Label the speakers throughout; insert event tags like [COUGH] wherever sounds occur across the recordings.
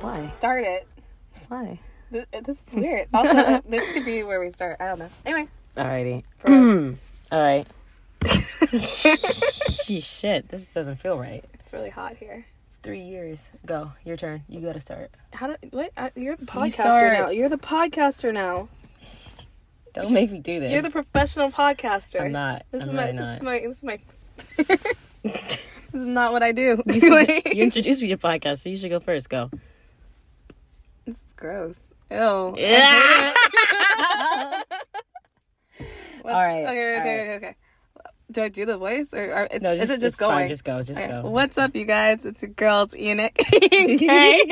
Speaker 1: Why?
Speaker 2: Start it.
Speaker 1: Why?
Speaker 2: Th- This is [LAUGHS] weird. Also, uh, this could be where we start. I don't know. Anyway, [CLEARS THROAT]
Speaker 1: Alrighty.
Speaker 2: Bro.
Speaker 1: All
Speaker 2: [LAUGHS]
Speaker 1: right. Sheesh, shit. This doesn't feel right.
Speaker 2: it's really hot here.
Speaker 1: It's three years. Go. Your turn. You gotta start.
Speaker 2: How do what? I, you're the podcaster
Speaker 1: start.
Speaker 2: now. You're the podcaster now.
Speaker 1: Don't make me do this.
Speaker 2: You're the professional podcaster.
Speaker 1: I'm not.
Speaker 2: This
Speaker 1: I'm
Speaker 2: is my.
Speaker 1: really
Speaker 2: This
Speaker 1: not.
Speaker 2: is my. This is my. [LAUGHS] this is not what I do. [LAUGHS]
Speaker 1: you introduced me to podcast, so you should go first. Go.
Speaker 2: This is gross. Ew.
Speaker 1: Yeah.
Speaker 2: What's-
Speaker 1: All right,
Speaker 2: Okay.
Speaker 1: all
Speaker 2: Okay. Okay. Okay. Do I do the voice or, or it's,
Speaker 1: No,
Speaker 2: is
Speaker 1: just-
Speaker 2: it just
Speaker 1: it's fine.
Speaker 2: going?
Speaker 1: Just go, just
Speaker 2: Okay,
Speaker 1: go.
Speaker 2: What's up, you guys? It's your girls, Ian. and- [LAUGHS]
Speaker 1: [LAUGHS]
Speaker 2: okay.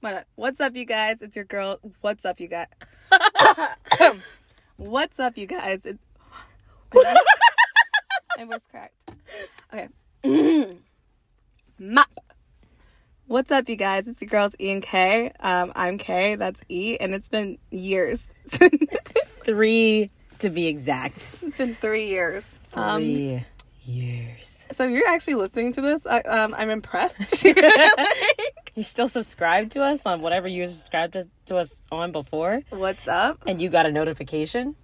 Speaker 2: My bad. What's up, you guys? It's your girl. What's up, you
Speaker 1: [COUGHS]
Speaker 2: guys? [COUGHS] What's up, you guys?
Speaker 1: [COUGHS]
Speaker 2: It's... I was cracked. Okay. [COUGHS] Ma. What's up, you guys? It's your girls, E and K. Um, I'm K. That's E, and it's been years. [LAUGHS]
Speaker 1: Three to be exact.
Speaker 2: it's been three years. Um,
Speaker 1: Three years.
Speaker 2: so if you're actually listening to this, I, um, I'm
Speaker 1: [LAUGHS]
Speaker 2: impressed. [LAUGHS]
Speaker 1: You're still subscribed to us on whatever you subscribed to- to us on before,
Speaker 2: What's up?
Speaker 1: and you got a notification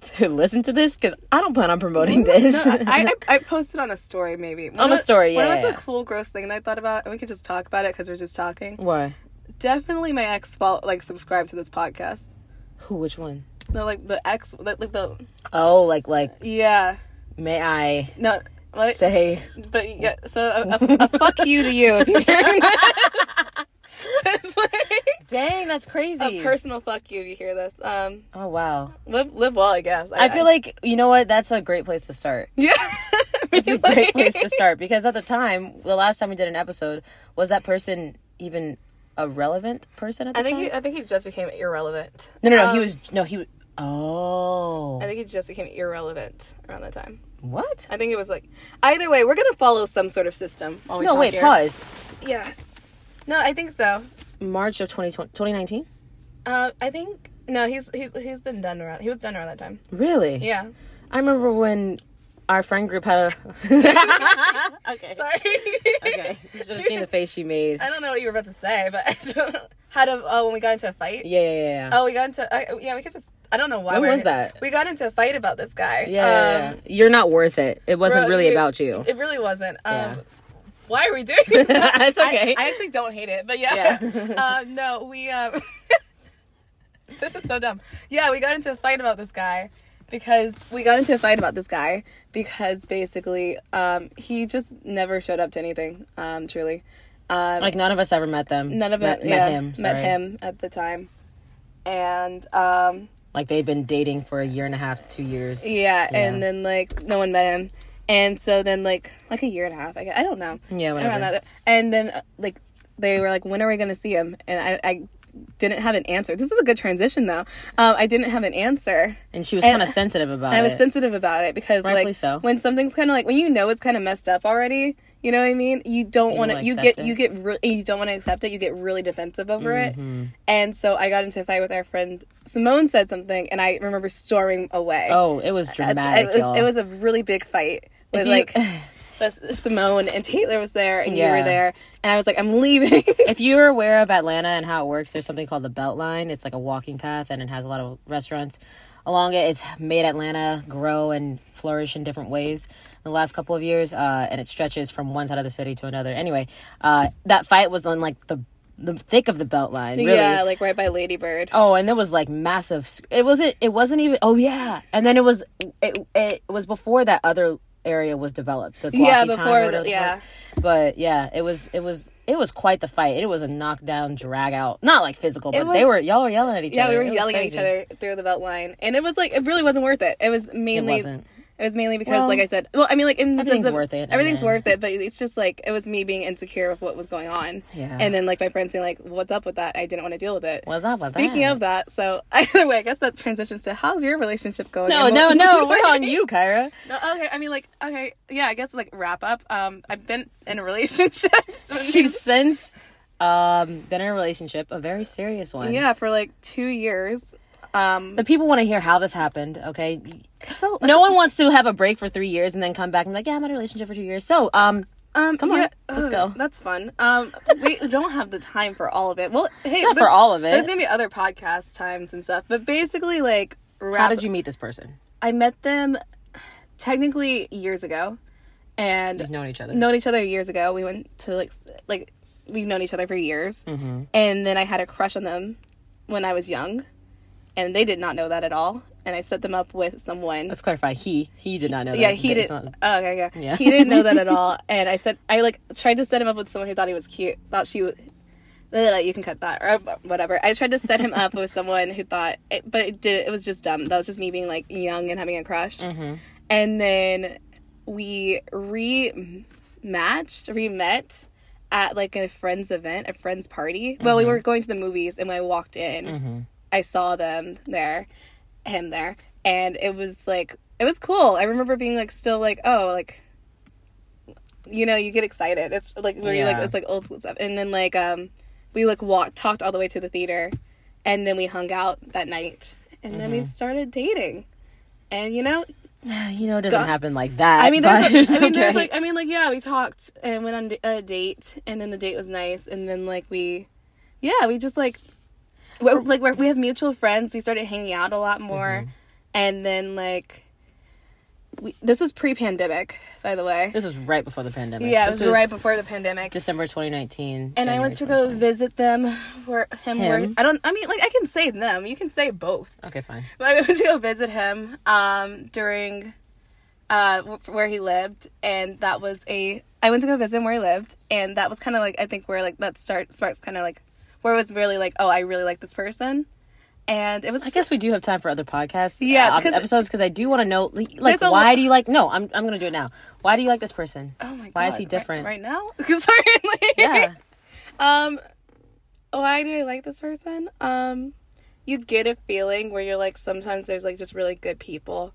Speaker 1: to listen to this because I don't plan on promoting this.
Speaker 2: I, I, I posted on a story maybe. One
Speaker 1: On a
Speaker 2: of-
Speaker 1: story,
Speaker 2: One
Speaker 1: yeah,
Speaker 2: of
Speaker 1: yeah,
Speaker 2: the
Speaker 1: yeah.
Speaker 2: cool, gross thing that I thought about, and we could just talk about it because we're just talking.
Speaker 1: Why?
Speaker 2: Definitely, my ex follow, like subscribed to this podcast.
Speaker 1: Who? Which one?
Speaker 2: No, like the ex, like, like the
Speaker 1: Oh, like like
Speaker 2: yeah.
Speaker 1: may I
Speaker 2: No,
Speaker 1: Uh,
Speaker 2: like,
Speaker 1: say
Speaker 2: but yeah. So a, a, a fuck you to you if you're
Speaker 1: [LAUGHS]
Speaker 2: hearing this. [LAUGHS] just like
Speaker 1: Dang, that's crazy.
Speaker 2: a personal fuck you if you hear this. Um,
Speaker 1: oh wow.
Speaker 2: live live well, I guess.
Speaker 1: I feel like you know what? That's a great place to [LAUGHS] start.
Speaker 2: [LAUGHS] yeah.
Speaker 1: It's a great place to start because at the time, the last time we did an episode, was that person even a relevant person at the
Speaker 2: I think
Speaker 1: time?
Speaker 2: he, I think he just became irrelevant.
Speaker 1: no, no, no.
Speaker 2: um,
Speaker 1: he was no, he. was... Oh,
Speaker 2: I think he just became irrelevant around that time.
Speaker 1: what?
Speaker 2: I think it was like either way, we're gonna follow some sort of system. While we
Speaker 1: No,
Speaker 2: talk
Speaker 1: wait,
Speaker 2: here.
Speaker 1: pause.
Speaker 2: Yeah. No, I think so.
Speaker 1: March of 2020, 2019?
Speaker 2: Uh, I think no, he's he, he's been done around. He was done around that time.
Speaker 1: Really?
Speaker 2: Yeah.
Speaker 1: I remember when our friend group had a. [LAUGHS] okay.
Speaker 2: [LAUGHS] Sorry.
Speaker 1: Okay. You should [LAUGHS] have seen the face she
Speaker 2: [LAUGHS]
Speaker 1: made.
Speaker 2: I don't know what you were about to say, but [LAUGHS] I don't had a oh when we got into a fight.
Speaker 1: Yeah, yeah, yeah. yeah.
Speaker 2: Oh, we got into I, yeah. We could just I don't know why.
Speaker 1: When
Speaker 2: we're
Speaker 1: was
Speaker 2: here.
Speaker 1: that?
Speaker 2: We got into a fight about this guy.
Speaker 1: yeah, yeah,
Speaker 2: Um,
Speaker 1: yeah. You're not worth it. It wasn't
Speaker 2: bro,
Speaker 1: really about you.
Speaker 2: It really wasn't. Um,
Speaker 1: Yeah.
Speaker 2: Why are we doing
Speaker 1: [LAUGHS]
Speaker 2: this?
Speaker 1: it's okay.
Speaker 2: I, I actually don't hate it, but yeah. [LAUGHS]
Speaker 1: [LAUGHS]
Speaker 2: um, no, we. Um, [LAUGHS] this is so dumb. Yeah, we got into a fight about this guy because we got into a fight about this guy because basically um, he just never showed up to anything. Um, truly, um,
Speaker 1: like none of us ever met them.
Speaker 2: none of
Speaker 1: met,
Speaker 2: it. yeah,
Speaker 1: met him.
Speaker 2: met
Speaker 1: sorry.
Speaker 2: him at the time, and um,
Speaker 1: Like they've been dating for a year and a half, two years.
Speaker 2: yeah,
Speaker 1: Yeah.
Speaker 2: and then like no one met him. And so then, like, like a year and a half, I guess. I don't know.
Speaker 1: Yeah,
Speaker 2: around
Speaker 1: whatever.
Speaker 2: that. And then uh, like they were like, when are we gonna see him? And I, I didn't have an answer. This is a good transition though. Um, I didn't have an answer.
Speaker 1: And she was
Speaker 2: And-
Speaker 1: kind of sensitive about
Speaker 2: I was
Speaker 1: it.
Speaker 2: sensitive about it because
Speaker 1: Rightfully
Speaker 2: like
Speaker 1: so.
Speaker 2: when something's kind of like when you know it's kind of messed up already. You know what I mean? You don't want to.
Speaker 1: wanna
Speaker 2: You
Speaker 1: accept
Speaker 2: get you get re- you don't want to accept it. You get really defensive over
Speaker 1: Mm-hmm.
Speaker 2: it. And so I got into a fight with our friend Simone. Said something, and I remember storming away.
Speaker 1: oh, it was dramatic.
Speaker 2: It was
Speaker 1: y'all.
Speaker 2: it was a really big fight with
Speaker 1: you-
Speaker 2: like
Speaker 1: [LAUGHS]
Speaker 2: with Simone and Taylor was there and you
Speaker 1: Yeah.
Speaker 2: were there and I was like I'm leaving. [LAUGHS]
Speaker 1: if you're aware of Atlanta and how it works, there's something called the Beltline. It's like a walking path and it has a lot of restaurants along it. It's made Atlanta grow and flourish in different ways in the last couple of years, uh, and it stretches from one side of the city to another. Anyway, uh, that fight was on like the the thick of the Beltline. Really.
Speaker 2: Yeah, like right by Ladybird.
Speaker 1: Oh, and there was like massive. sc- It wasn't. It wasn't even. Oh yeah, and then it was. It it was before that other area was developed. The
Speaker 2: Yeah,
Speaker 1: Guapi Town or
Speaker 2: before the-
Speaker 1: whatever the
Speaker 2: yeah.
Speaker 1: fuck. But yeah, it was. It was. It was quite the fight. It was a knockdown, drag out. Not like physical, but
Speaker 2: was-
Speaker 1: they were y'all were yelling at each
Speaker 2: Yeah,
Speaker 1: other.
Speaker 2: we were
Speaker 1: It was
Speaker 2: yelling at each
Speaker 1: crazy.
Speaker 2: other through the belt line. And it was like it really wasn't worth it. It was mainly it,
Speaker 1: wasn't.
Speaker 2: was mainly because
Speaker 1: Well,
Speaker 2: like I said, well, I mean like in the sense
Speaker 1: everything's
Speaker 2: of,
Speaker 1: worth it, I
Speaker 2: Everything's
Speaker 1: mean.
Speaker 2: worth it, but it's just like it was me being insecure with what was going on.
Speaker 1: Yeah.
Speaker 2: And then like my friends saying like what's up with that? I didn't want to deal with it.
Speaker 1: What's up with
Speaker 2: Speaking
Speaker 1: that?
Speaker 2: of that, so [LAUGHS] either way, I guess that transitions to how's your relationship going?
Speaker 1: No,
Speaker 2: And [LAUGHS]
Speaker 1: no,
Speaker 2: what-
Speaker 1: no. We're on you, Kyra.
Speaker 2: No, okay. I mean, like, okay, yeah. I guess like wrap up. Um, I've been in a relationship.
Speaker 1: She's since Um, been in a relationship, a very serious
Speaker 2: [LAUGHS]
Speaker 1: one.
Speaker 2: Yeah, for like two years. Um,
Speaker 1: The people want to hear how this happened, okay? No one wants to have a break for three years and then come back and be like, yeah, I'm in a relationship for two years. So, um,
Speaker 2: um,
Speaker 1: come on,
Speaker 2: yeah,
Speaker 1: let's
Speaker 2: ugh,
Speaker 1: go.
Speaker 2: That's fun. Um, we don't have the time for all of it. Well, hey,
Speaker 1: Not for
Speaker 2: there's-
Speaker 1: all of it.
Speaker 2: There's gonna be other podcast times and stuff, but basically, like,
Speaker 1: how
Speaker 2: wrap-
Speaker 1: did you meet this person?
Speaker 2: I met them technically years ago, and
Speaker 1: You've known each other.
Speaker 2: known each other years ago. We went to like s- like we've known each other for years,
Speaker 1: Mm-hmm.
Speaker 2: and then I had a crush on them when I was young, and they did not know that at all. And I set them up with someone.
Speaker 1: Let's clarify. He he did not know.
Speaker 2: yeah,
Speaker 1: that.
Speaker 2: he
Speaker 1: It's
Speaker 2: didn't.
Speaker 1: not-
Speaker 2: oh, okay, yeah.
Speaker 1: Yeah.
Speaker 2: he didn't know that
Speaker 1: [LAUGHS]
Speaker 2: at all. And I said I like tried to set him up with someone who thought he was cute, thought she was. Ugh, You can cut that or whatever. I tried to set him up with someone who thought, it, but it did. It was just dumb. That was just me being like young and having a crush.
Speaker 1: Mm-hmm.
Speaker 2: And then we re matched, re met at like a friend's event, a friend's party. Well, we were going to the movies, and when I walked in, I saw them there, him there, and it was like it was cool. I remember being like still like oh like you know you get excited. It's like where you like
Speaker 1: Yeah.
Speaker 2: it's like old school stuff, and then like um we like walked talked all the way to the theater, and then we hung out that night, and then we started dating, and you know
Speaker 1: you know, it doesn't happen like that.
Speaker 2: I mean, there's,
Speaker 1: but-
Speaker 2: like, I mean, there's
Speaker 1: [LAUGHS] okay.
Speaker 2: like, I mean, like, yeah, we talked and went on d- a date, and then the date was nice, and then like we, yeah, we just like, we're, like we're, we have mutual friends. We started hanging out a lot more,
Speaker 1: Mm-hmm.
Speaker 2: and then like, we this was pre-pandemic, by the way.
Speaker 1: this was right before the pandemic.
Speaker 2: Yeah, it
Speaker 1: This
Speaker 2: was, right before the pandemic.
Speaker 1: December 2019.
Speaker 2: and I went to go visit them, where him, where
Speaker 1: Him?
Speaker 2: I don't. I mean, like I can say them. You can say both.
Speaker 1: Okay, fine.
Speaker 2: But I went to go visit him um, during uh, wh- where he lived, and that was a. I went to go visit him where he lived, and that was kind of like I think where like that start sparks kind of like where it was really like oh I really like this person, and it was
Speaker 1: I
Speaker 2: just,
Speaker 1: guess we do have time for other podcasts.
Speaker 2: Yeah,
Speaker 1: uh,
Speaker 2: 'cause-
Speaker 1: episodes because I do want to know, like, like,
Speaker 2: a
Speaker 1: why
Speaker 2: lo-
Speaker 1: do you like? No, I'm I'm gonna do it now. Why do you like this person?
Speaker 2: oh my god
Speaker 1: Why is he
Speaker 2: right-
Speaker 1: different?
Speaker 2: right, now? [LAUGHS] Sorry, like, [LAUGHS]
Speaker 1: Yeah,
Speaker 2: Um, why do I like this person? Um, you get a feeling where you're like sometimes there's like just really good people,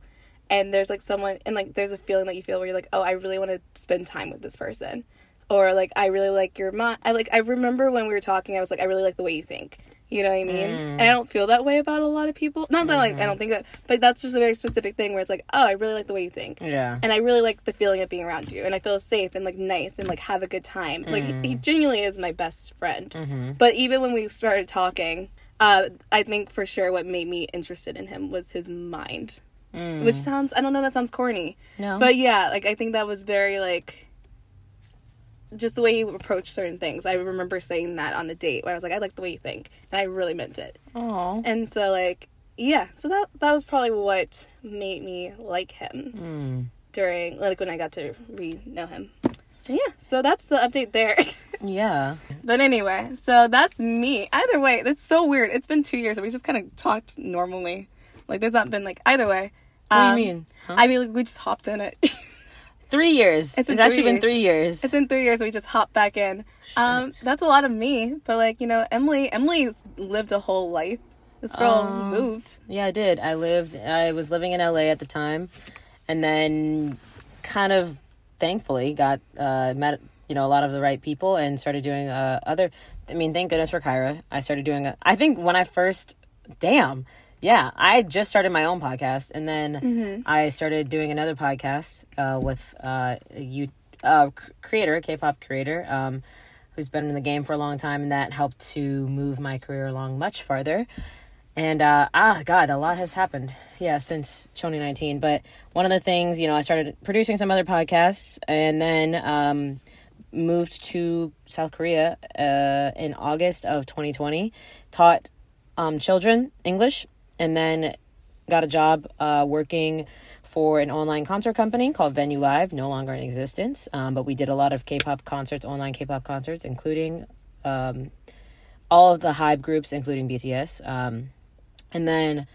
Speaker 2: and there's like someone and like there's a feeling that you feel where you're like oh I really want to spend time with this person, or like I really like your mom. I like I remember when we were talking, I was like I really like the way you think. You know what I mean? And I don't feel that way about a lot of people. Not that like I don't think that, but that's just a very specific thing where it's like oh I really like the way you think
Speaker 1: yeah.
Speaker 2: and I really like the feeling of being around you, and I feel safe and like nice and like have a good time. Like he,
Speaker 1: Mm.
Speaker 2: he genuinely is my best friend.
Speaker 1: Mm-hmm.
Speaker 2: But even when we started talking, uh, I think for sure what made me interested in him was his mind, which sounds I don't know that sounds corny,
Speaker 1: Mm. No.
Speaker 2: but yeah, like I think that was very like just the way you approach certain things. I remember saying that on the date where I was like, I like the way you think, and I really meant it.
Speaker 1: Aw.
Speaker 2: And so like yeah, so that that was probably what made me like him
Speaker 1: Hmm.
Speaker 2: during like when I got to re know him. And yeah, so that's the update there. [LAUGHS]
Speaker 1: Yeah.
Speaker 2: but anyway, so that's me. Either way, that's so weird. It's been two years. and We just kind of talked normally. Like there's not been like either way.
Speaker 1: What
Speaker 2: Um,
Speaker 1: do you mean? Huh?
Speaker 2: I mean, like, we just hopped in it. [LAUGHS]
Speaker 1: Three years. It's,
Speaker 2: been three
Speaker 1: actually been
Speaker 2: years.
Speaker 1: three years.
Speaker 2: it's been three years. We just hopped back in. Um, that's a lot of me. But like you know, Emily, Emily's lived a whole life. This girl moved.
Speaker 1: Yeah, I did. I lived. I was living in LA at the time, and then kind of thankfully got uh, met you know a lot of the right people and started doing uh, other. I mean, thank goodness for Kyra. I started doing. A, I think when I first, damn, yeah, I just started my own podcast, and then I started doing another podcast uh, with uh, a you uh, c- creator, K-pop creator. Um, who's been in the game for a long time, and that helped to move my career along much farther. And uh, ah, God, a lot has happened, yeah, since 2019. But one of the things, you know, I started producing some other podcasts, and then um, moved to South Korea uh, in August of 2020. Taught um, children English, and then got a job uh, working for an online concert company called Venue Live, no longer in existence. Um, but we did a lot of K-pop concerts, online K-pop concerts, including um, all of the Hype groups, including BTS, um, and then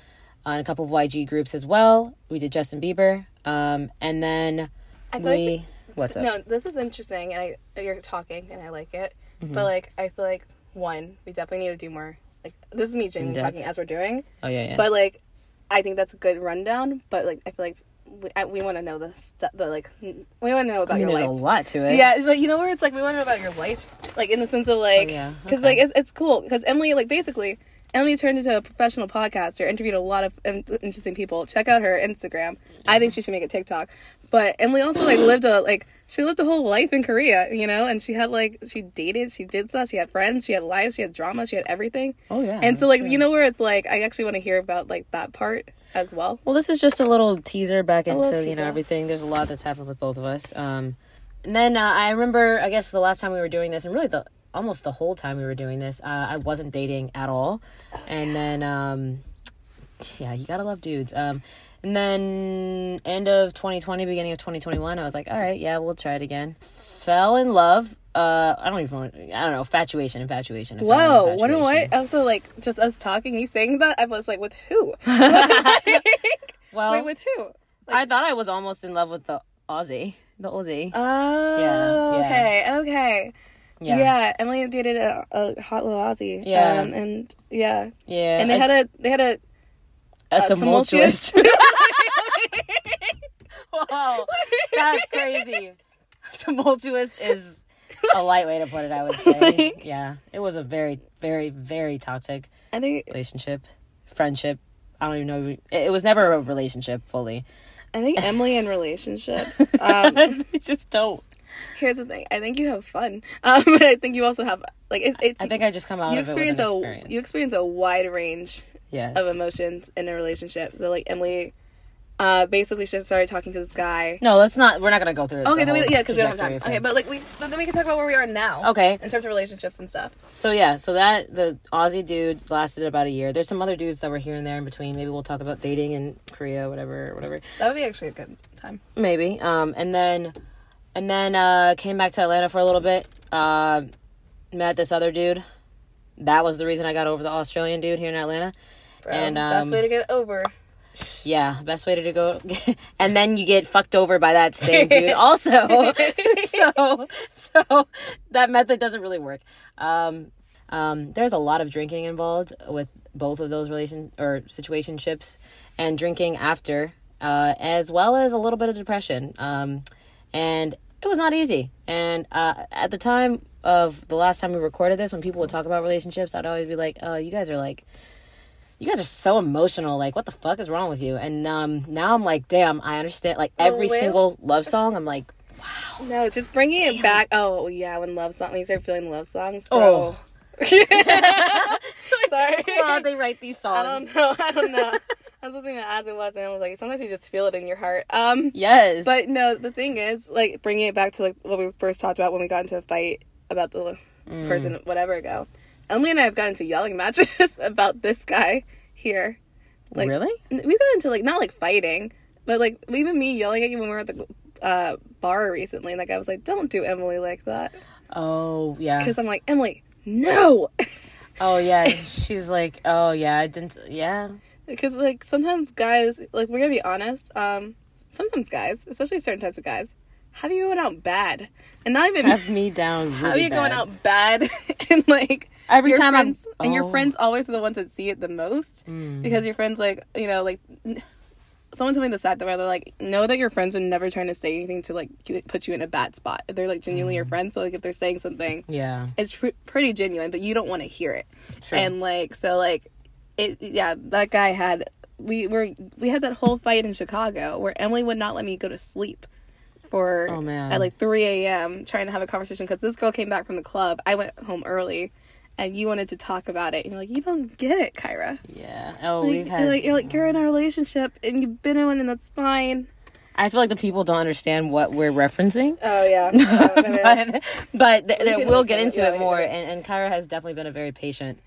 Speaker 1: on a couple of YG groups as well. We did Justin Bieber, um, and then
Speaker 2: I feel like
Speaker 1: we. What's up?
Speaker 2: No, this is interesting, and I you're talking, and I like it.
Speaker 1: Mm-hmm.
Speaker 2: But like, I feel like one, we definitely need to do more. Like, this is me genuinely
Speaker 1: depth.
Speaker 2: talking as we're doing.
Speaker 1: Oh yeah, yeah.
Speaker 2: But like, I think that's a good rundown. But like, I feel like we, I- we want to know the stuff, the like, we want to know about
Speaker 1: I mean,
Speaker 2: your
Speaker 1: there's
Speaker 2: life.
Speaker 1: a lot to it.
Speaker 2: Yeah, but you know where it's like we want to know about your life, like in the sense of like,
Speaker 1: Oh, yeah,
Speaker 2: because
Speaker 1: okay.
Speaker 2: like it's, it's cool because Emily like basically Emily turned into a professional podcaster, interviewed a lot of in- interesting people. Check out her Instagram. I think she should make a TikTok. But Emily also like lived a like she lived a whole life in Korea, you know, and she had like she dated, she did stuff, she had friends, she had lives, she had drama, she had everything.
Speaker 1: Oh, yeah,
Speaker 2: And so
Speaker 1: that's
Speaker 2: like
Speaker 1: true.
Speaker 2: you know where it's like I actually want to hear about like that part as well.
Speaker 1: Well, this is just a little teaser back into
Speaker 2: little
Speaker 1: you know
Speaker 2: teaser.
Speaker 1: everything. There's a lot that's happened with both of us. Um, and then uh, I remember, I guess the last time we were doing this, and really the almost the whole time we were doing this, uh, I wasn't dating at all. And then, um, yeah, you gotta love dudes. Um, and then end of 2020, beginning of 2021, I was like, all right, yeah, we'll try it again. Fell in love. Uh, I don't even. want- I don't know. Infatuation. Infatuation. I fell in
Speaker 2: Whoa, you
Speaker 1: infatuation.
Speaker 2: know what? Also like just us talking, you saying that, I was like, with
Speaker 1: [LAUGHS]
Speaker 2: who?
Speaker 1: Well,
Speaker 2: Wait, with who?
Speaker 1: I thought I was almost in love with the Aussie. The Aussie.
Speaker 2: Oh,
Speaker 1: Yeah, yeah.
Speaker 2: okay, okay. Yeah. Emily dated a, a hot little Aussie.
Speaker 1: Yeah.
Speaker 2: um, and yeah,
Speaker 1: Yeah,
Speaker 2: and they
Speaker 1: I-
Speaker 2: had a they had a
Speaker 1: a
Speaker 2: a [LAUGHS]
Speaker 1: tumultuous. [LAUGHS]
Speaker 2: tumultuous- [LAUGHS]
Speaker 1: Whoa, that's crazy. [LAUGHS] Tumultuous is a light way to put it. I
Speaker 2: [LAUGHS]
Speaker 1: would say. Yeah, it was a very, very, very toxic
Speaker 2: I think
Speaker 1: relationship, friendship. I don't even know. It, it was never a relationship
Speaker 2: [LAUGHS]
Speaker 1: fully.
Speaker 2: I think Emily in
Speaker 1: [LAUGHS]
Speaker 2: relationships. Um,
Speaker 1: They just don't.
Speaker 2: here's the thing: I think you have fun, [LAUGHS] um, but I think you also have like it's. it's
Speaker 1: I think I just come out
Speaker 2: you
Speaker 1: of it with an
Speaker 2: experience a
Speaker 1: experience.
Speaker 2: you experience a wide range
Speaker 1: yes.
Speaker 2: of emotions in a relationship. So like Emily, uh, basically she started talking to this guy.
Speaker 1: No, let's not. We're not gonna go through.
Speaker 2: Okay,
Speaker 1: the
Speaker 2: then we,
Speaker 1: whole
Speaker 2: yeah, because we don't have time.
Speaker 1: trajectory
Speaker 2: Okay,
Speaker 1: of it.
Speaker 2: but like we, but then we can talk about where we are now.
Speaker 1: Okay.
Speaker 2: in terms of relationships and stuff.
Speaker 1: So yeah, so that the Aussie dude lasted about a year. There's some other dudes that were here and there in between. Maybe we'll talk about dating in Korea, whatever, whatever.
Speaker 2: That would be actually a good time.
Speaker 1: Maybe. Um, and then, and then uh, came back to Atlanta for a little bit. Uh, met this other dude. That was the reason I got over the Australian dude here in Atlanta. And,
Speaker 2: and
Speaker 1: um,
Speaker 2: best way to get over.
Speaker 1: Yeah, best way to go. [LAUGHS] and then you get fucked over by that same dude also. [LAUGHS] so, so that method doesn't really work. Um, um, there's a lot of drinking involved with both of those relation or situationships and drinking after, uh, as well as a little bit of depression. Um, and it was not easy. And uh, at the time of the last time we recorded this, when people would talk about relationships, I'd always be like, "Oh, you guys are like." you guys are so emotional. Like, what the fuck is wrong with you? And um, now I'm like, damn, I understand. Like every
Speaker 2: well.
Speaker 1: single love song, I'm like,
Speaker 2: No, just bringing it back. Oh yeah, when love songs, when you start feeling love songs,
Speaker 1: Oh.
Speaker 2: [LAUGHS]
Speaker 1: [LAUGHS]
Speaker 2: bro. Sorry,
Speaker 1: wow, they write these
Speaker 2: I
Speaker 1: songs.
Speaker 2: don't know. I don't know. I was listening to As It Was, and I was like, sometimes you just feel it in your heart. Um,
Speaker 1: Yes,
Speaker 2: but no, the thing is, like, bringing it back to like what we first talked about when we got into a fight about the person whatever ago. Emily and I have gotten into yelling matches [LAUGHS] about this guy here. like-
Speaker 1: really?
Speaker 2: we got into like not like fighting, but like even me yelling at you when we were at the uh, bar recently, and like I was like, "Don't do Emily like that,"
Speaker 1: Oh yeah.
Speaker 2: because I'm like, "Emily, no," [LAUGHS]
Speaker 1: Oh yeah. She's like, oh yeah, I didn't. Yeah.
Speaker 2: because like sometimes guys, like we're gonna be honest, um, sometimes guys, especially certain types of guys, have you going out bad, and not
Speaker 1: [LAUGHS]
Speaker 2: even
Speaker 1: Have me down. Really
Speaker 2: have you going
Speaker 1: bad.
Speaker 2: out bad, [LAUGHS] and like
Speaker 1: Every
Speaker 2: your
Speaker 1: time I'm-
Speaker 2: friends, and your
Speaker 1: Oh. Mm.
Speaker 2: friends always are the ones that see it the most because your friends like you know like n- someone told me this at the where they're like know that your friends are never trying to say anything to like g- put you in a bad spot If they're like genuinely
Speaker 1: Mm.
Speaker 2: your friends so like if they're saying something
Speaker 1: Yeah.
Speaker 2: it's pr- pretty genuine but you don't want to hear it
Speaker 1: Sure.
Speaker 2: and like so like it yeah that guy had we were we had that whole fight in Chicago where Emily would not let me go to sleep for
Speaker 1: Oh, man.
Speaker 2: at like 3 a.m. trying to have a conversation because this girl came back from the club. I went home early, and you wanted to talk about it. And you're like, you don't get it, Kyra.
Speaker 1: yeah. Oh,
Speaker 2: Like,
Speaker 1: we've had.
Speaker 2: you're like you're like you're in a relationship and you've been in one, and that's fine.
Speaker 1: I feel like the people don't understand what we're referencing.
Speaker 2: Oh
Speaker 1: [LAUGHS]
Speaker 2: yeah.
Speaker 1: but but th- th-
Speaker 2: can
Speaker 1: we'll
Speaker 2: look at
Speaker 1: get
Speaker 2: it. Oh,
Speaker 1: into
Speaker 2: Yeah,
Speaker 1: it
Speaker 2: we
Speaker 1: more. And, and Kyra has definitely been a very patient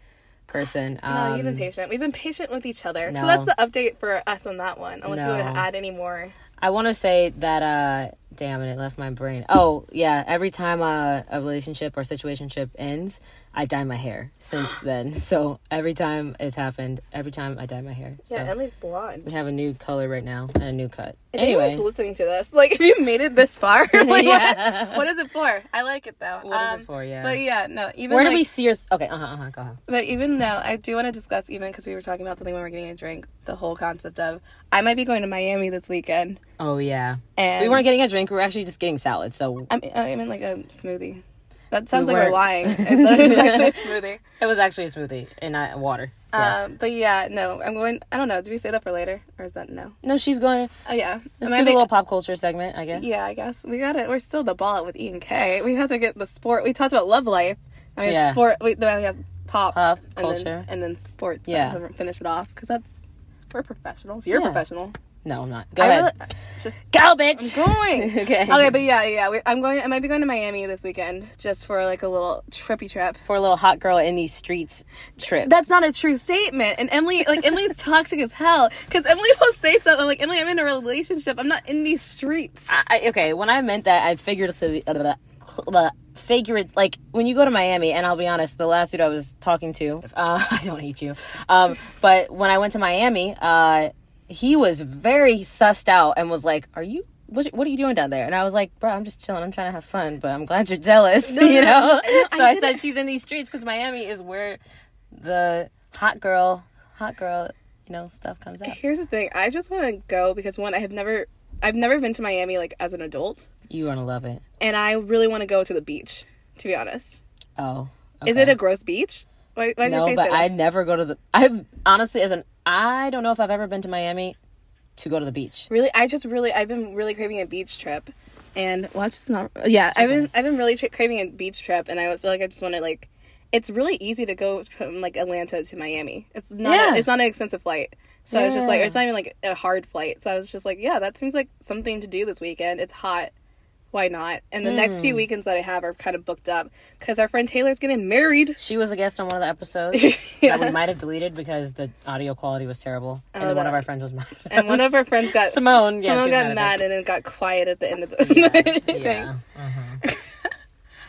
Speaker 1: person.
Speaker 2: No,
Speaker 1: Um,
Speaker 2: you've been patient. We've been patient with each other.
Speaker 1: no.
Speaker 2: So that's the update for us on that one. Unless you
Speaker 1: No.
Speaker 2: want to add any more.
Speaker 1: I want to say that uh damn it, it left my brain. Oh, yeah, every time uh, a relationship or situationship ends, I dye my hair since then. So every time it's happened, every time I dye my hair. So
Speaker 3: Yeah, Emily's blonde.
Speaker 1: we have a new color right now and a new cut.
Speaker 3: If
Speaker 1: anyway,
Speaker 3: anyone's listening to this,
Speaker 2: [LAUGHS]
Speaker 3: like, if you made it this
Speaker 1: [LAUGHS]
Speaker 3: far, like,
Speaker 1: Yeah.
Speaker 2: what is it for? I like it though. Um,
Speaker 1: What is it for? Yeah.
Speaker 2: But yeah, no. Even
Speaker 1: where do
Speaker 2: like-
Speaker 1: we see your? Okay, uh huh, uh huh. Go ahead.
Speaker 2: But even though I do want to discuss, even because we were talking about something when we are getting a drink, the whole concept of I might be going to Miami this weekend,
Speaker 1: Oh yeah,
Speaker 2: and
Speaker 1: we weren't getting a drink. We were actually just getting salad. So
Speaker 2: I mean, I mean like a smoothie. That sounds
Speaker 1: We
Speaker 2: like we're
Speaker 1: weren't. [LAUGHS]
Speaker 2: lying. It's, it's actually a smoothie.
Speaker 1: it was actually a smoothie and I, water. Yes.
Speaker 2: Um, but yeah, no, I'm going. I don't know. Do we say that for later, or is that no?
Speaker 1: no, she's going.
Speaker 2: Oh yeah, I might
Speaker 1: Let's do the
Speaker 2: be-
Speaker 1: little pop culture segment, I guess.
Speaker 2: yeah. I guess we got it. We're still the ball out with E and K. We have to get the sport. We talked about love life. I mean,
Speaker 1: Yeah.
Speaker 2: sport. We, then we have pop,
Speaker 1: Pop,
Speaker 2: and
Speaker 1: culture.
Speaker 2: then, and then sports.
Speaker 1: Yeah.
Speaker 2: and finish it off because that's we're professionals. You're
Speaker 1: Yeah.
Speaker 2: professional.
Speaker 1: No, I'm not. Go
Speaker 2: I
Speaker 1: ahead.
Speaker 2: really just
Speaker 1: Go, bitch.
Speaker 2: going.
Speaker 1: [LAUGHS] Okay.
Speaker 2: Okay, but yeah, yeah, we, I'm going. I might be going to Miami this weekend just for like a little trippy trip.
Speaker 1: For a little hot girl in these streets trip.
Speaker 2: That's not a true statement. And Emily, like Emily's [LAUGHS] toxic as hell because Emily will say something like, "Emily, I'm in a relationship. I'm not in these streets."
Speaker 1: I, I- okay, when I meant that, I figured so the uh, the figure it like when you go to Miami, and I'll be honest, the last dude I was talking to, uh, [LAUGHS] I don't hate you, um, but when I went to Miami, uh, he was very sussed out and was like, "Are you?" What, what are you doing down there? And I was like, bro, I'm just chilling. I'm trying to have fun, but I'm glad you're jealous, [LAUGHS] you know? so I, said she's in these streets because Miami is where the hot girl, hot girl, you know, stuff comes out.
Speaker 2: Here's the thing. I just want to go because one, I have never, I've never been to Miami like as an adult,
Speaker 1: You want to love it.
Speaker 2: and I really want to go to the beach. To be honest,
Speaker 1: Oh.
Speaker 2: is it a gross beach? Why, why did your
Speaker 1: No,
Speaker 2: face say
Speaker 1: but
Speaker 2: that?
Speaker 1: I never go to the. I've honestly, as an, I don't know if I've ever been to Miami to go to the beach.
Speaker 2: really i just really i've been really craving a beach trip and watch it's not yeah i've been i've been really tra- craving a beach trip and i feel like i just want to like it's really easy to go from like atlanta to miami it's not
Speaker 1: Yeah.
Speaker 2: it's not an expensive flight so it's just like
Speaker 1: Yeah.
Speaker 2: it's not even like a hard flight so i was just like yeah that seems like something to do this weekend it's hot why not and the next
Speaker 1: Hmm.
Speaker 2: few weekends that i have are kind of booked up because our friend taylor's getting married
Speaker 1: She was a guest on one of
Speaker 2: [LAUGHS]
Speaker 1: the episodes that we might have deleted because the audio quality was terrible, and one of our friends was mad.
Speaker 2: Oh, and one of our friends got
Speaker 1: Simone, yeah,
Speaker 2: someone
Speaker 1: she was
Speaker 2: got
Speaker 1: mad
Speaker 2: mad
Speaker 1: at
Speaker 2: and it got quiet at the end of [LAUGHS] the thing
Speaker 1: [LAUGHS] [LAUGHS] yeah,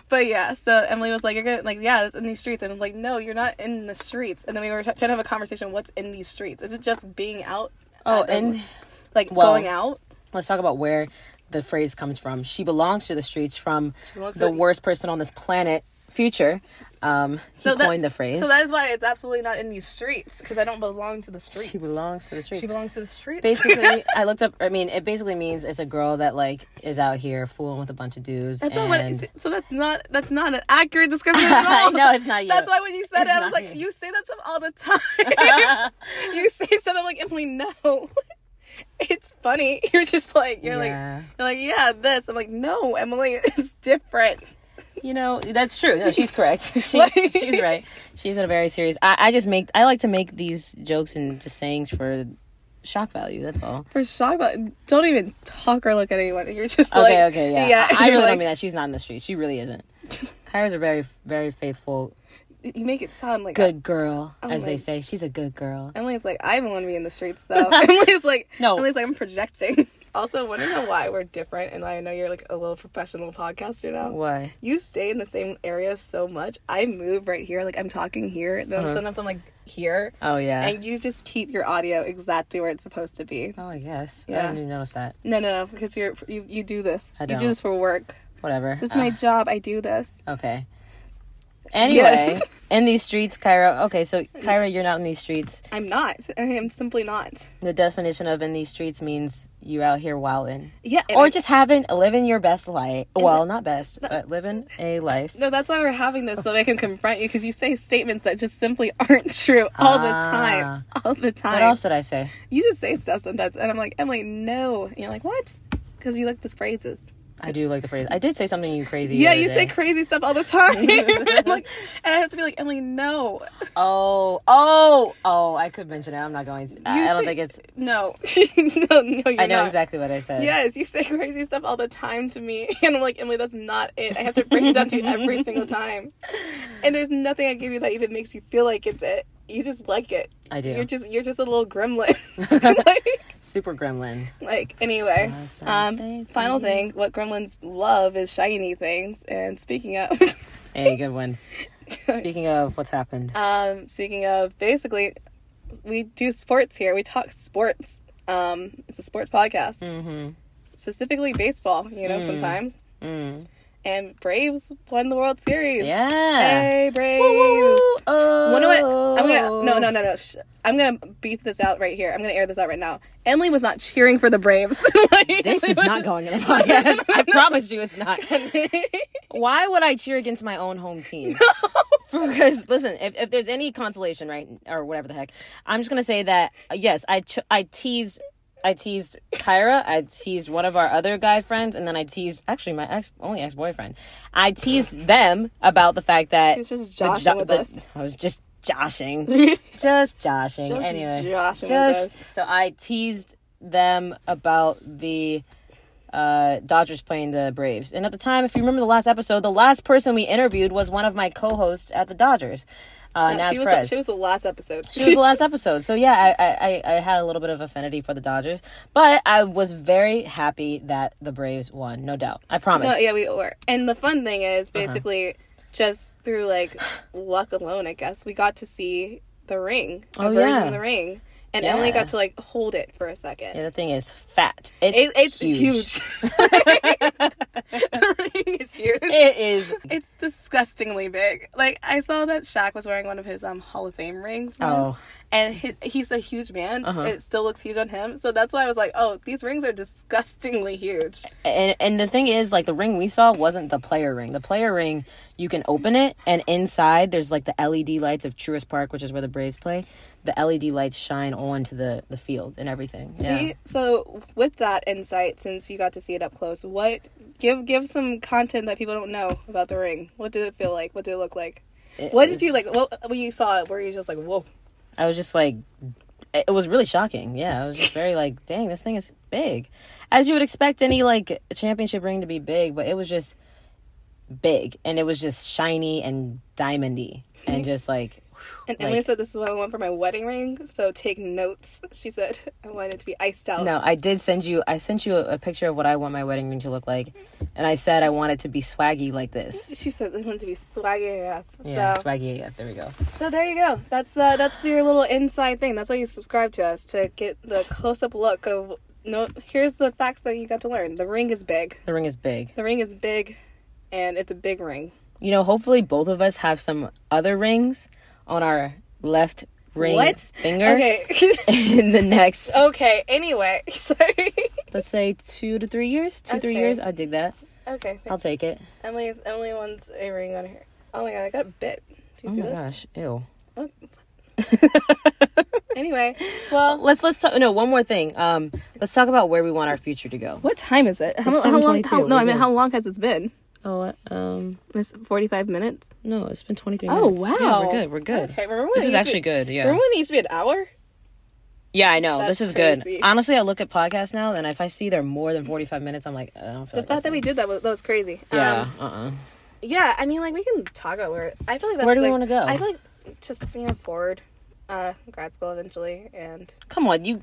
Speaker 2: But yeah, so Emily was like, "You're gonna like, yeah, it's in these streets," and I'm like, "No, you're not in the streets." And then we were t- trying to have a conversation. What's in these streets? Is it just being out?
Speaker 1: Oh,
Speaker 2: at the-
Speaker 1: and
Speaker 2: like
Speaker 1: well-
Speaker 2: going out.
Speaker 1: let's talk about where the phrase comes from. She belongs to the streets from
Speaker 2: belongs
Speaker 1: the
Speaker 2: to- e
Speaker 1: worst person on this planet, Future. Um, he coined the phrase.
Speaker 2: So that is why it's absolutely not in these streets because I don't belong to the streets.
Speaker 1: she belongs to the streets.
Speaker 2: She belongs to the streets. [LAUGHS]
Speaker 1: basically i looked up i mean it basically means it's a girl that like is out here fooling with a bunch of dudes
Speaker 2: That's not
Speaker 1: and
Speaker 2: what. it's- So that's not. That's not an accurate description.
Speaker 1: [LAUGHS]
Speaker 2: At
Speaker 1: I
Speaker 2: all.
Speaker 1: know, it's not you.
Speaker 2: That's why when you said it, I was
Speaker 1: not
Speaker 2: like,
Speaker 1: you.
Speaker 2: you. say that stuff all the
Speaker 1: [LAUGHS]
Speaker 2: time." you say stuff. I'm like, Emily, no. [LAUGHS] It's funny. [LAUGHS] You're just like you're
Speaker 1: Yeah.
Speaker 2: like you're like yeah this. I'm like no Emily, [LAUGHS] it's different.
Speaker 1: you know that's true no, she's
Speaker 2: [LAUGHS]
Speaker 1: correct [LAUGHS] she's, she's right she's in a very serious I, I just make i like to make these jokes and just sayings for shock value that's all
Speaker 2: For shock, value, don't even talk or look at anyone. You're just like
Speaker 1: okay okay yeah,
Speaker 2: [LAUGHS]
Speaker 1: i, I
Speaker 2: you're
Speaker 1: really
Speaker 2: like-
Speaker 1: don't mean that she's not in the street she
Speaker 2: [LAUGHS]
Speaker 1: really isn't kyra's a very very faithful
Speaker 2: You make it sound like
Speaker 1: good girl as
Speaker 2: my-
Speaker 1: they say she's a good girl
Speaker 2: Emily's like I even want to be in the streets
Speaker 1: [LAUGHS]
Speaker 2: though. [LAUGHS] Emily's like
Speaker 1: No.
Speaker 2: Emily's like I'm projecting. [LAUGHS] Also, want to know why we're different? And I know you're like a little professional podcaster now.
Speaker 1: why
Speaker 2: you stay in the same area so much. I move right here, like I'm talking here. Then sometimes I'm like here,
Speaker 1: oh Uh-huh. yeah
Speaker 2: and you just keep your audio exactly where it's supposed to be.
Speaker 1: oh i guess i
Speaker 2: Yeah.
Speaker 1: didn't even notice that
Speaker 2: No, no, no, because you're you, you do this.
Speaker 1: I
Speaker 2: You do
Speaker 1: don't. Uh-huh.
Speaker 2: this for work.
Speaker 1: whatever Uh,
Speaker 2: This is my job. I do this.
Speaker 1: Okay. Anyway,
Speaker 2: Yes. [LAUGHS]
Speaker 1: in these streets, Kyra. Okay, so Kyra, you're not in these streets.
Speaker 2: I'm not. [LAUGHS] I am simply not.
Speaker 1: The definition of in these streets means you're out here wilding,
Speaker 2: Yeah. and
Speaker 1: or
Speaker 2: I-
Speaker 1: just having living your best life. Well, not best, but living [LAUGHS] a life.
Speaker 2: no, that's why we're having this so I can confront you because you say statements that just simply aren't true all the
Speaker 1: Ah.
Speaker 2: time. All the time.
Speaker 1: What else did I say?
Speaker 2: You just say stuff sometimes, and I'm like, Emily, no. And you're like, what? Because you like the phrases.
Speaker 1: I do like the phrase. I did say something you crazy. the
Speaker 2: Yeah,
Speaker 1: other
Speaker 2: you say
Speaker 1: day.
Speaker 2: crazy stuff all the time. [LAUGHS]
Speaker 1: [LAUGHS]
Speaker 2: like, and I have to be like, Emily, no.
Speaker 1: Oh, oh, oh! I could mention it. I'm not going to. I,
Speaker 2: You
Speaker 1: I don't
Speaker 2: say-
Speaker 1: think it's.
Speaker 2: No. [LAUGHS] no, no, you're
Speaker 1: I know
Speaker 2: not.
Speaker 1: exactly what I said.
Speaker 2: Yes, you say [LAUGHS] crazy stuff all the time to me. [LAUGHS] And I'm like, Emily, that's not it. I have to break it down to you every single time. And there's nothing I give you that even makes you feel like it's it. You just like it.
Speaker 1: I do.
Speaker 2: You're just you're just a little gremlin. [LAUGHS] like,
Speaker 1: Super gremlin.
Speaker 2: like anyway.
Speaker 1: Must I say
Speaker 2: Um, final thing, what gremlins love is shiny things. And speaking of [LAUGHS]
Speaker 1: [LAUGHS] Hey, good one. Speaking of what's happened,
Speaker 2: Um, speaking of, basically, we do sports here. We talk sports. Um, it's a sports podcast, mm-hmm. specifically baseball. You know, sometimes. And Braves won the World Series.
Speaker 1: yeah.
Speaker 2: Hey, Braves.
Speaker 1: Oh,
Speaker 2: Well, you know what? I'm gonna no no no no. Sh- I'm gonna beef this out right here. I'm gonna air this out right now. Emily was not cheering for the Braves. [LAUGHS] Like,
Speaker 1: [LAUGHS] This is not going [LAUGHS] in the podcast. I promise you, it's [LAUGHS] not. Why would I cheer against my own
Speaker 3: [LAUGHS]
Speaker 1: home team? [LAUGHS] Because listen, if, if there's any consolation, right, or whatever the heck, I'm just gonna say that uh, yes, I ch- I teased. I teased Kyra. I teased one of our other guy friends, and then I teased actually my ex only ex boyfriend. I teased them about the fact that
Speaker 3: She's just
Speaker 1: the
Speaker 3: joshing
Speaker 1: jo-
Speaker 3: with
Speaker 1: the-
Speaker 3: us.
Speaker 1: I was just
Speaker 3: [LAUGHS]
Speaker 1: joshing, just joshing.
Speaker 3: Just
Speaker 1: anyway,
Speaker 3: joshing with us.
Speaker 1: so I teased them about the uh, Dodgers playing the Braves. And at the time, if you remember the last episode, the last person we interviewed was one of my co-hosts at the Dodgers, uh, Naz
Speaker 2: she was
Speaker 1: Perez.
Speaker 2: she was the last episode. [LAUGHS]
Speaker 1: She was the last episode. So yeah, I, I- I, I had a little bit of affinity for the Dodgers, but I was very happy that the Braves won. No doubt, I promise.
Speaker 2: No, yeah, we were. And the fun thing is
Speaker 1: Uh-huh.
Speaker 2: basically just through like luck alone, I guess, we got to see the ring, a
Speaker 1: Oh,
Speaker 2: version
Speaker 1: yeah.
Speaker 2: of the ring. And
Speaker 1: Yeah.
Speaker 2: Emily got to like hold it for a second.
Speaker 1: Yeah, the thing is fat. It's
Speaker 2: It- it's
Speaker 1: huge.
Speaker 2: huge. [LAUGHS]
Speaker 1: [LAUGHS]
Speaker 2: the ring is huge.
Speaker 1: It is.
Speaker 2: It's disgustingly big. Like I saw that Shaq was wearing one of his um Hall of Fame rings. once,
Speaker 1: Oh.
Speaker 2: and he, he's a huge man. so It still looks huge on him. So that's why I was like, oh, these rings are disgustingly huge.
Speaker 1: and and the thing is like the ring we saw wasn't the player ring the player ring you can open it and inside there's like the led lights of truist park which is where the braves play the led lights shine onto the the field and everything yeah
Speaker 2: See, so with that insight, since you got to see it up close, what give give some content that people don't know about the ring? What did it feel like? What did it look like?
Speaker 1: It
Speaker 2: what
Speaker 1: was-
Speaker 2: did you like? What when you saw it? Were you just like, whoa?
Speaker 1: i was just like it it was really shocking yeah i was just very like dang this thing is big as you would expect any like championship ring to be big but it was just big and it was just shiny and diamondy and just like
Speaker 2: And Emily
Speaker 1: Like-
Speaker 2: said, "This is what I want for my wedding ring." So take notes. She said, [LAUGHS] "I want it to be iced out."
Speaker 1: No, I did send you. I sent you a, a picture of what I want my wedding ring to look like, and I said I want it to be swaggy like this.
Speaker 2: She said, "I want it to be swaggy AF."
Speaker 1: Yeah,
Speaker 2: so,
Speaker 1: swaggy. Yeah, there we go.
Speaker 2: so there you go. That's uh, that's your little inside thing. That's why you subscribe to us to get the close up look of. No, here's the facts that you got to learn. The ring is big.
Speaker 1: The ring is big.
Speaker 2: The ring is big, and it's a big ring.
Speaker 1: You know, hopefully both of us have some other rings on our left ring
Speaker 2: What?
Speaker 1: finger
Speaker 2: Okay.
Speaker 1: [LAUGHS]
Speaker 2: [LAUGHS]
Speaker 1: in [LAUGHS] the next,
Speaker 2: okay. Anyway, [LAUGHS] sorry.
Speaker 1: let's say two to three years. Two three
Speaker 2: Okay.
Speaker 1: years. I dig that.
Speaker 2: Okay.
Speaker 1: I'll take it.
Speaker 2: Emily's Emily wants a ring on her. Oh my god, I got bit. Do you
Speaker 1: Oh
Speaker 2: see
Speaker 1: my
Speaker 2: that?
Speaker 1: gosh. Ew.
Speaker 2: Anyway,
Speaker 1: [LAUGHS]
Speaker 2: well,
Speaker 1: Let's let's talk. No, one more thing. Um, let's talk about where we want our future to go.
Speaker 2: what time is it? How, how long?
Speaker 1: 7:22.
Speaker 2: How, no, I mean,
Speaker 1: Mhm.
Speaker 2: how long has it been?
Speaker 1: Oh, um,
Speaker 2: It's forty-five minutes.
Speaker 1: no, it's been twenty three.
Speaker 2: Oh,
Speaker 1: Yeah, we're
Speaker 2: wow.
Speaker 1: good. We're good.
Speaker 2: Okay, remember when
Speaker 1: This
Speaker 2: it used
Speaker 1: is
Speaker 2: to
Speaker 1: actually
Speaker 2: be-
Speaker 1: good. Yeah. Oh,
Speaker 2: Remember when it used to be an hour?
Speaker 1: Yeah, I know.
Speaker 2: That's
Speaker 1: this is good.
Speaker 2: crazy.
Speaker 1: Honestly, I look at podcasts now, and if I see they're more than 45 minutes, I'm like, I don't feel
Speaker 2: The fact that we did that was that was crazy.
Speaker 1: Yeah,
Speaker 2: Um,
Speaker 1: uh-uh.
Speaker 2: yeah. I mean, like we can talk about where. I feel like that's
Speaker 1: Where do we
Speaker 2: like-
Speaker 1: wanna go?
Speaker 2: I feel like just seeing forward, uh, grad school eventually, and
Speaker 1: Come on, you.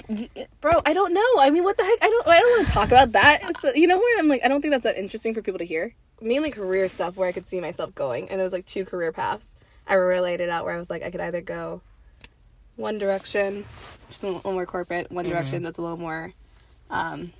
Speaker 2: Bro, I don't know. I mean, what the heck? I don't. I don't want to talk about that. It's the, you know where I'm like, I don't think that's that interesting for people to hear. Mainly career stuff where I could see myself going, and there was like two career paths. I related it out where I was like, I could either go one direction, just a little more corporate.
Speaker 1: Mm-hmm.
Speaker 2: One direction that's a little more um,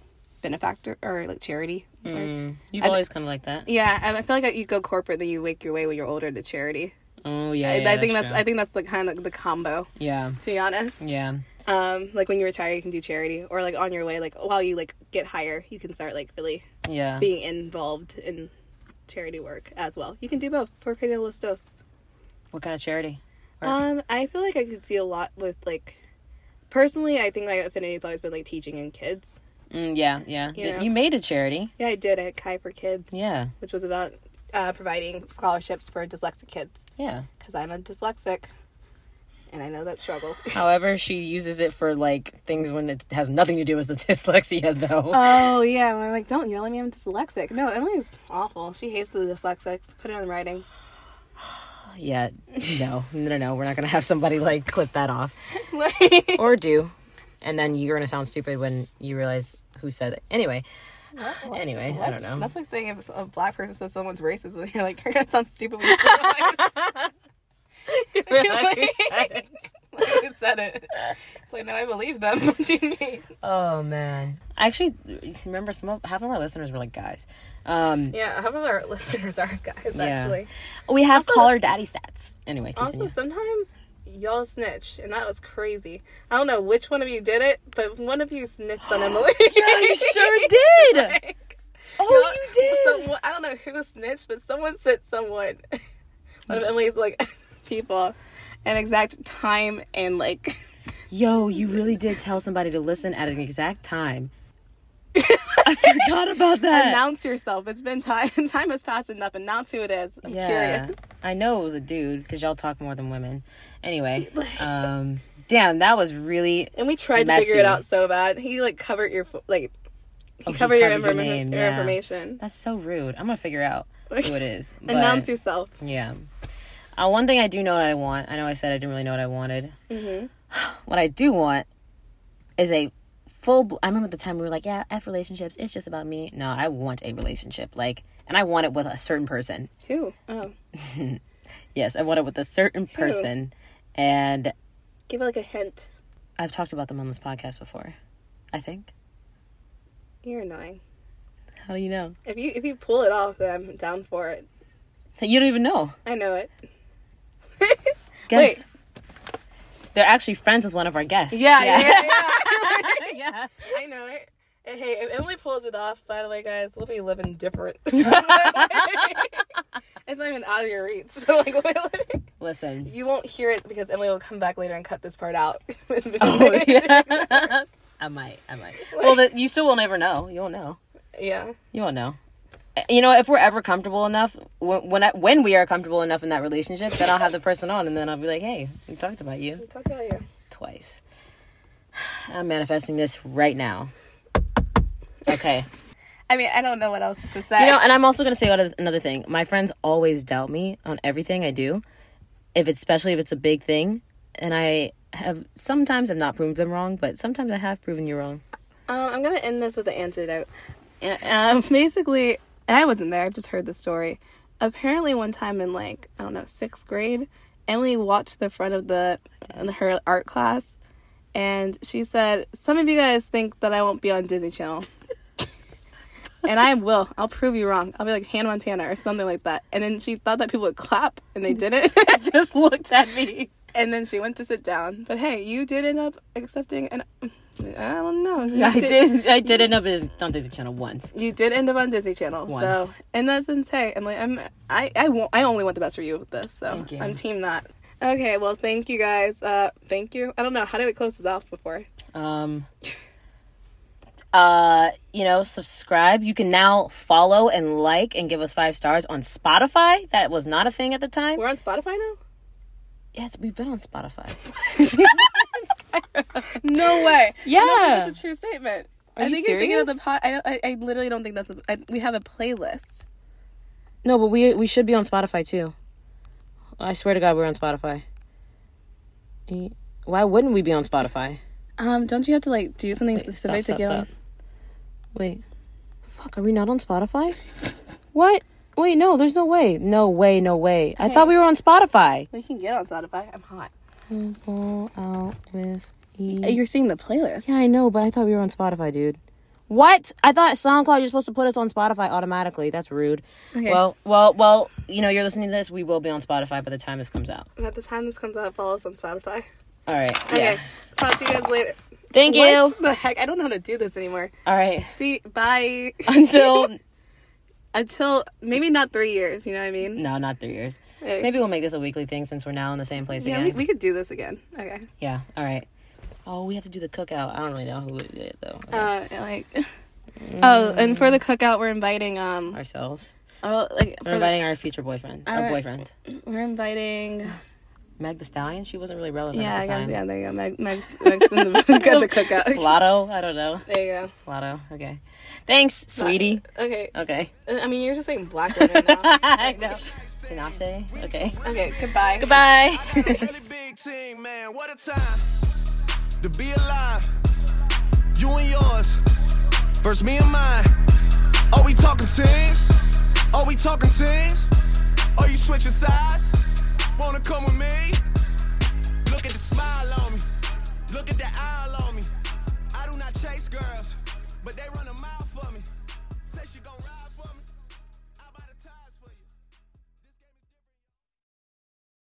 Speaker 2: benefactor or like charity. or-
Speaker 1: You've
Speaker 2: I-
Speaker 1: always kind of like that.
Speaker 2: Yeah, I I feel like you go corporate, then you wake your way when you're older to charity.
Speaker 1: Oh yeah.
Speaker 2: I,
Speaker 1: yeah,
Speaker 2: I think that's.
Speaker 1: true.
Speaker 2: I think that's the kind of the combo.
Speaker 1: yeah.
Speaker 2: To be honest.
Speaker 1: Yeah.
Speaker 2: Um, like when you retire, you can do charity, or like on your way, like while you like get higher, you can start like really
Speaker 1: Yeah.
Speaker 2: being involved in charity work as well. You can do both. Por que no los dos?
Speaker 1: What kind of charity?
Speaker 2: Um, I feel like I could see a lot with like, personally, I think my affinity's always been like teaching and kids.
Speaker 1: Mm, yeah, yeah.
Speaker 2: You know.
Speaker 1: You made a charity.
Speaker 2: Yeah, I did at Kai for Kids,
Speaker 1: Yeah,
Speaker 2: which was about uh, providing scholarships for dyslexic kids
Speaker 1: yeah.
Speaker 2: because I'm a dyslexic, and I know that struggle. [LAUGHS]
Speaker 1: However, she uses it for like things when it has nothing to do with the [LAUGHS] dyslexia, though.
Speaker 2: Oh yeah, and I'm like, don't yell at me. I'm dyslexic. No, Emily's awful. She hates the dyslexics. Put it on writing.
Speaker 1: yeah. No, no, no, no. We're not gonna have somebody like clip that off. [LAUGHS]
Speaker 2: Like-
Speaker 1: or do, and then you're gonna sound stupid when you realize who said it. Anyway, anyway, I don't
Speaker 4: [LAUGHS]
Speaker 1: know. [LAUGHS]
Speaker 2: That's like saying if a black person says someone's racist, and you're like, you're gonna sound stupid. When you say that.
Speaker 4: [LAUGHS]
Speaker 1: Really excited.
Speaker 4: Who said it? It's like, no, I believe them. [LAUGHS] What do you mean?
Speaker 1: Oh man. I actually remember some of half of our listeners were like guys. Um
Speaker 2: Yeah, half of our [LAUGHS] listeners are guys, actually.
Speaker 1: we have caller daddy stats. Anyway, continue.
Speaker 2: Also, sometimes y'all snitch, and that was crazy. I don't know which one of you did it, but one of you snitched on Emily.
Speaker 1: [LAUGHS] yeah, [LAUGHS] you [LAUGHS]
Speaker 2: [LAUGHS]
Speaker 1: sure did.
Speaker 2: Like,
Speaker 1: oh, you did.
Speaker 2: Someone, I don't know who snitched, but someone said someone. [LAUGHS] One of Emily's like [LAUGHS] people, an exact time and like [LAUGHS]
Speaker 1: Yo, you really did tell somebody to listen at an exact [LAUGHS] time. I forgot about that.
Speaker 2: announce yourself. It's been time. [LAUGHS] Time has passed enough. Announce who it is. I'm curious.
Speaker 1: I know it was a dude because y'all talk more than women.
Speaker 2: [LAUGHS]
Speaker 1: Anyway, um, damn, that was really.
Speaker 2: And we tried to
Speaker 1: Messy.
Speaker 2: figure it out so bad. He like covered your fo- like he
Speaker 1: Oh, he
Speaker 2: covered your,
Speaker 1: covered your
Speaker 2: informa-
Speaker 1: name,
Speaker 2: your
Speaker 1: yeah.
Speaker 2: information.
Speaker 1: That's so rude. I'm gonna figure out who it is.
Speaker 2: [LAUGHS]
Speaker 1: but-
Speaker 2: Announce yourself.
Speaker 1: Yeah. Uh, one thing I do know what I want. I know I said I didn't really know what I wanted.
Speaker 2: Mm-hmm.
Speaker 1: [SIGHS] What I do want is a full. Bl- I remember at the time we were like, yeah, f relationships. It's just about me. No, I want a relationship. Like, and I want it with a certain person.
Speaker 2: Who? Oh,
Speaker 1: Yes, I want it with a certain person. And
Speaker 2: give it like a hint.
Speaker 1: I've talked about them on this podcast before. I think.
Speaker 2: You're annoying.
Speaker 1: How do you know?
Speaker 2: If you if you pull it off, then I'm down for it.
Speaker 1: You don't even know.
Speaker 2: I know it. [LAUGHS]
Speaker 1: Guess. They're actually friends with one of our guests.
Speaker 4: Yeah, yeah, yeah.
Speaker 2: [LAUGHS]
Speaker 1: yeah.
Speaker 2: I know it. And hey, if Emily pulls it off, by the way, guys, we'll be living [LAUGHS] different. it's not even out of your reach. [LAUGHS] So like, we're living.
Speaker 1: Listen.
Speaker 2: you won't hear it because Emily will come back later and cut this part out. [LAUGHS]
Speaker 1: Oh, yeah. I might. I might. Well, the, you still will never know. You won't know.
Speaker 2: yeah.
Speaker 1: You won't know. Uh, You know, if we're ever comfortable enough, when when, I, when we are comfortable enough in that relationship, then I'll have the person on, and then I'll be like, "Hey, we talked about you
Speaker 2: Talk about you.
Speaker 1: twice." [SIGHS] I'm manifesting this right now. Okay.
Speaker 4: I mean, I don't know what else to say.
Speaker 1: You know, and I'm also gonna say one- another thing. My friends always doubt me on everything I do, if it's, especially if it's a big thing, and I have sometimes I've not proved them wrong, but sometimes I have proven you [LAUGHS] wrong.
Speaker 2: Um, I'm gonna end this with an antidote. And, um, [LAUGHS] basically, and I wasn't there. I just heard the story. Apparently, one time in like I don't know sixth grade, Emily watched the front of the in her art class, and she said, "Some of you guys think that I won't be on Disney Channel." [LAUGHS] And I will. I'll prove you wrong. I'll be like Hannah Montana or something like that. And then she thought that people would clap, and they didn't. [LAUGHS]
Speaker 1: Just looked at me.
Speaker 2: and then she went to sit down. But hey, you did end up accepting an. I don't know. You
Speaker 1: [LAUGHS] I did. I did end up as- on Disney Channel once.
Speaker 2: You did end up on Disney Channel,
Speaker 1: Once.
Speaker 2: so and that's insane. I'm like, I'm I I won't, I only want the best for you with this, so
Speaker 1: Thank you.
Speaker 2: I'm team that. Okay, well, thank you guys. Uh, thank you. I don't know how do we close this off before.
Speaker 1: Um, uh, you know, subscribe. You can now follow and like and give us five stars on Spotify. That was not a thing at the time.
Speaker 2: We're on Spotify now.
Speaker 1: Yes, we've been on Spotify.
Speaker 2: No [LAUGHS] way. I don't think
Speaker 1: Yeah.
Speaker 2: that's a true statement.
Speaker 1: you
Speaker 2: I think you're thinking of the
Speaker 1: serious?
Speaker 2: pod. I, I I literally don't think that's a. I, we have a playlist.
Speaker 1: No, but we we should be on Spotify too. I swear to God, we're on Spotify. E- Why wouldn't we be on Spotify?
Speaker 2: Um, don't you have to like do something
Speaker 1: Stop,
Speaker 2: specific
Speaker 1: stop,
Speaker 2: to get?
Speaker 1: stop.
Speaker 2: on-
Speaker 1: Wait, fuck, are we not on Spotify? [LAUGHS] what? Wait, no, there's no way. No way, no way. I thought we were on Spotify.
Speaker 2: We can get on Spotify. I'm hot.
Speaker 1: People out with E.
Speaker 2: You're seeing the playlist.
Speaker 1: I know, but I thought we were on Spotify, dude. What? I thought SoundCloud you're supposed to put us on Spotify automatically. That's rude. Well, well, well. You know, you're listening to this. We will be on Spotify by the time this comes out.
Speaker 2: At the time this comes out, follow us on Spotify.
Speaker 1: All right.
Speaker 2: Okay.
Speaker 1: Yeah.
Speaker 2: Talk to you guys later.
Speaker 1: Thank you.
Speaker 2: What the heck? I don't know how to do this anymore.
Speaker 1: All right.
Speaker 2: See, bye.
Speaker 1: [LAUGHS] Until
Speaker 2: [LAUGHS] Until maybe not three years. You know what I mean?
Speaker 1: no, not three years.
Speaker 2: Okay.
Speaker 1: Maybe we'll make this a weekly thing since we're now in the same place
Speaker 2: Yeah,
Speaker 1: again.
Speaker 2: we, we could do this again. Okay.
Speaker 1: yeah. All right. Oh, we have to do the cookout. I don't really know who it is though.
Speaker 2: Uh, and, like. [LAUGHS]
Speaker 1: Mm.
Speaker 2: Oh, and for the cookout, we're inviting um,
Speaker 1: Ourselves.
Speaker 2: oh, like
Speaker 1: We're
Speaker 2: for the,
Speaker 1: inviting our future boyfriends. Our
Speaker 2: Alright.
Speaker 1: boyfriends.
Speaker 2: we're inviting.
Speaker 1: Meg the Stallion. She wasn't really relevant
Speaker 2: Yeah, I
Speaker 1: at the
Speaker 2: guess
Speaker 1: time.
Speaker 2: yeah. There you go. Meg, Meg's, Meg's in
Speaker 1: [LAUGHS]
Speaker 2: the, [LAUGHS] at the cookout.
Speaker 1: Lotto. I don't know.
Speaker 2: There you
Speaker 1: Lotto. Okay. Thanks,
Speaker 2: [LAUGHS]
Speaker 1: sweetie.
Speaker 2: go. Okay.
Speaker 1: Okay.
Speaker 2: Uh, I mean, you're just saying black women now.
Speaker 1: [LAUGHS] I know. Tinashe. Okay.
Speaker 2: okay. Goodbye.
Speaker 1: Goodbye. [LAUGHS]
Speaker 5: Really big team, man. What a time to be alive. You and yours versus me and mine. Are we talking teams? Are we talking teams? Are you switching sides? Wanna come with me? Look at the smile on me. Look at the eye on me. I do not chase girls, but they run a mile for me. Say she gon' ride.